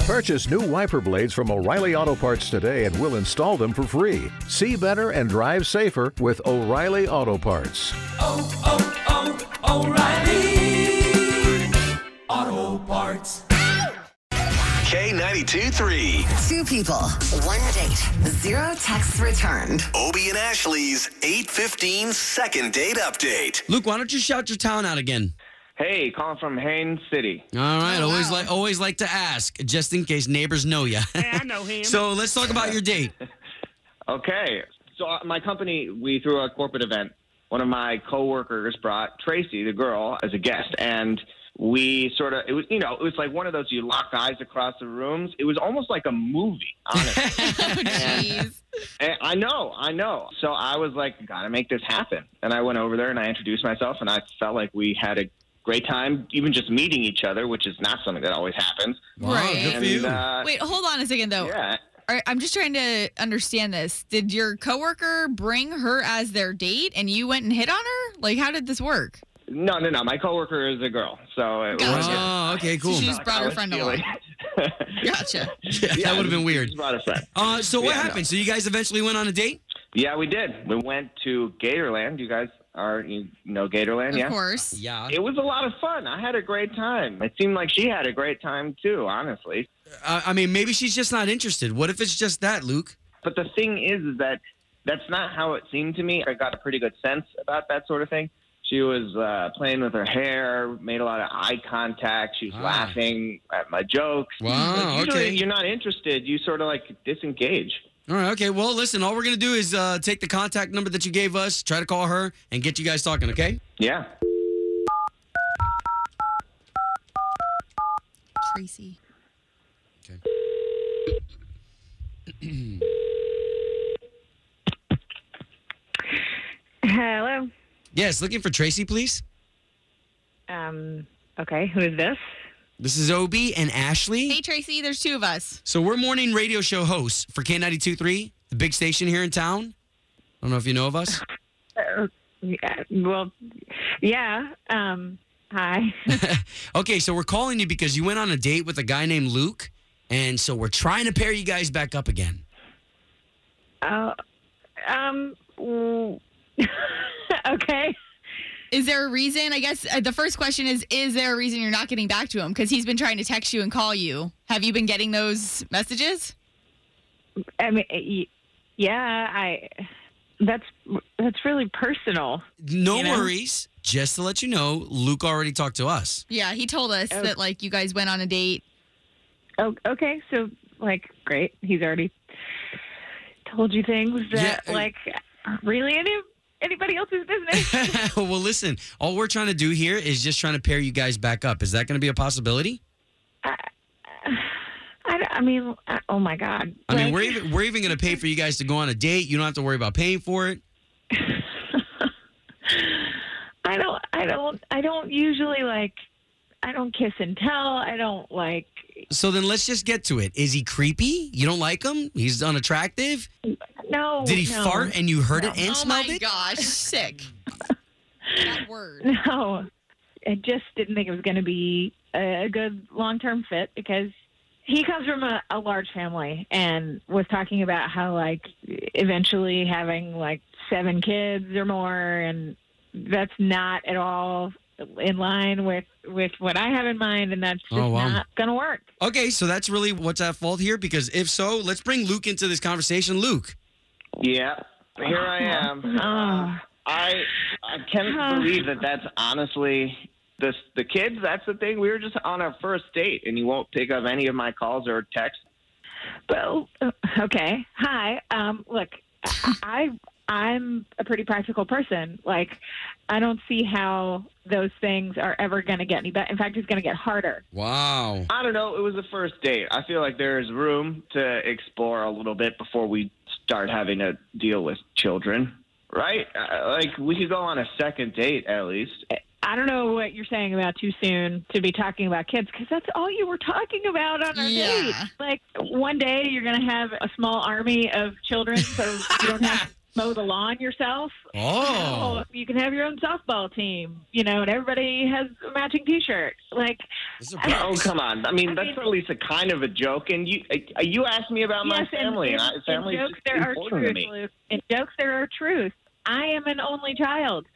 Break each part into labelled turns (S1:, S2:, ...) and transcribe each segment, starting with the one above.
S1: Purchase new wiper blades from O'Reilly Auto Parts today and we'll install them for free. See better and drive safer with O'Reilly Auto Parts.
S2: oh, oh, O'Reilly Auto Parts.
S3: K92 3.
S4: Two people, one date, zero texts returned.
S3: Obie and Ashley's 815 second date update.
S5: Luke, why don't you shout your town out again?
S6: Hey, calling from Haines City.
S5: All right, always like always like to ask, just in case neighbors know you.
S7: I know him.
S5: so let's talk about your date.
S6: Okay, so uh, my company, we threw a corporate event. One of my coworkers brought Tracy, the girl, as a guest, and we sort of it was you know it was like one of those you lock eyes across the rooms. It was almost like a movie, honestly.
S5: Oh,
S8: Jeez.
S6: And I know, I know. So I was like, gotta make this happen. And I went over there and I introduced myself, and I felt like we had a great time, even just meeting each other, which is not something that always happens.
S5: Wow,
S8: Right.
S5: good for
S6: And,
S5: you.
S6: uh,
S8: Wait, hold on a second though.
S6: yeah.
S8: All right, I'm just trying to understand this. Did your coworker bring her as their date and you went and hit on her? Like how did this work?
S6: No, no, no. My coworker is a girl, so it was.
S8: Gotcha.
S5: oh, okay, cool.
S8: So she's
S6: Like,
S8: brought
S6: I
S8: her
S6: was
S8: friend
S6: feeling-
S8: along. Gotcha.
S5: Yeah, that would have been weird.
S6: She's brought a friend.
S5: Uh, so what
S6: Yeah, no.
S5: happened? So you guys eventually went on a date?
S6: Yeah, we did. We went to Gatorland. You guys are you know Gatorland,
S8: Of
S6: yeah?
S8: course.
S5: Yeah.
S6: It was a lot of fun. I had a great time. It seemed like she had a great time too, honestly.
S5: Uh, I mean, maybe she's just not interested. What if it's just that, Luke?
S6: But the thing is, is that that's not how it seemed to me. I got a pretty good sense about that sort of thing. She was uh, playing with her hair, made a lot of eye contact. She was
S5: Ah.
S6: laughing at my jokes.
S5: Wow.
S6: Usually,
S5: Okay.
S6: you're not interested. You sort of like disengage.
S5: All right. Okay. Well, listen. All we're gonna do is uh, take the contact number that you gave us, try to call her, and get you guys talking. Okay?
S6: Yeah.
S8: Tracy.
S9: Hello.
S5: Yes. Looking for Tracy, please.
S9: Um, okay, who is this?
S5: This is Obi and Ashley.
S8: Hey Tracy, there's two of us.
S5: So we're morning radio show hosts for K92.3, the big station here in town. I don't know if you know of us.
S9: Yeah, well, yeah. Um, hi.
S5: okay, so we're calling you because you went on a date with a guy named Luke, and so we're trying to pair you guys back up again.
S9: uh, um, w- okay.
S8: Is there a reason? I guess uh, the first question is is there a reason you're not getting back to him cuz he's been trying to text you and call you. Have you been getting those messages?
S9: I mean, eh, y- yeah. I. That's that's really personal.
S5: No
S9: You know?
S5: worries. Just to let you know, Luke already talked to us.
S8: Yeah, he told us
S9: Oh.
S8: that like you guys went on a date.
S9: Oh, okay. So, like, great. He's already told you things that,
S5: Yeah, uh,
S9: like, aren't really any anybody else's business.
S5: well, listen, all we're trying to do here is just trying to pair you guys back up. Is that going to be a possibility?
S9: I, don't- I mean, I- oh my god.
S5: I mean,
S9: Like-
S5: we're even, we're even going to pay for you guys to go on a date. You don't have to worry about paying for it.
S9: I don't I don't I don't usually like I don't kiss and tell. I don't like
S5: So then let's just get to it. Is he creepy? You don't like him? He's unattractive?
S9: no.
S5: Did he
S9: Oh, no,
S5: fart and you heard it and
S8: oh
S5: smelled
S8: my
S5: it?
S8: gosh, sick. that word.
S9: No. I just didn't think it was going to be a a good long-term fit because he comes from a, a large family and was talking about how like eventually having like seven kids or more and that's not at all in line with with what I have in mind and that's just
S5: Oh, wow.
S9: not going to work.
S5: Okay, so that's really what's at fault here because if so, let's bring Luke into this conversation. Luke.
S6: Yeah. Here I
S5: Ah.
S6: am.
S9: Oh.
S6: I I can't believe that that's honestly the the kids. That's the thing. We were just on our first date, and you won't pick up any of my calls or texts.
S9: Well, uh, okay. Hi. Um, look, I I'm a pretty practical person. Like, I don't see how those things are ever going to get any better. In fact, it's going to get harder.
S5: Wow.
S6: I don't know. It was the first date. I feel like there is room to explore a little bit before we start having to deal with children, right? Uh, like we could go on a second date at least.
S9: I don't know what you're saying about too soon to be talking about kids because that's all you were talking about on our
S8: Yeah.
S9: date. Like, one day you're going to have a small army of children, so you don't have mow the lawn yourself.
S5: Oh.
S9: you can have your own softball team, you know, and everybody has a matching T-shirt. Like,
S5: This is a
S6: Oh come on! I mean,
S9: I
S6: that's
S9: mean-
S6: at least a kind of a joke. And you, uh, you asked me about my
S9: yes, and-
S6: family,
S9: and,
S6: and, I- family
S9: in
S6: is
S9: jokes
S6: just
S9: there are
S6: important to
S9: truth.
S6: me.
S9: Luke. In jokes there are truth. I am an only child.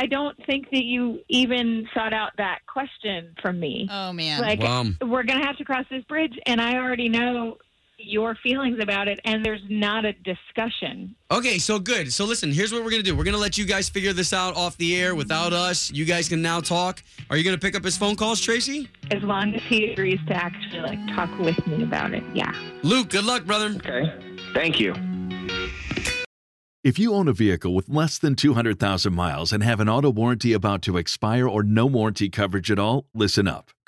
S9: I don't think that you even sought out that question from me.
S8: Oh man.
S9: like,
S5: Wow.
S9: we're going to have to cross this bridge, and I already know your feelings about it, and there's not a discussion.
S5: Okay, so good. So listen, here's what we're gonna do. We're gonna let you guys figure this out off the air without us. You guys can now talk. Are you gonna pick up his phone calls, Tracy?
S9: As long as he agrees to actually like talk with me about it, yeah.
S5: Luke, good luck, brother.
S6: Okay, thank you.
S7: If you own a vehicle with less than 200,000 miles and have an auto warranty about to expire or no warranty coverage at all, listen up.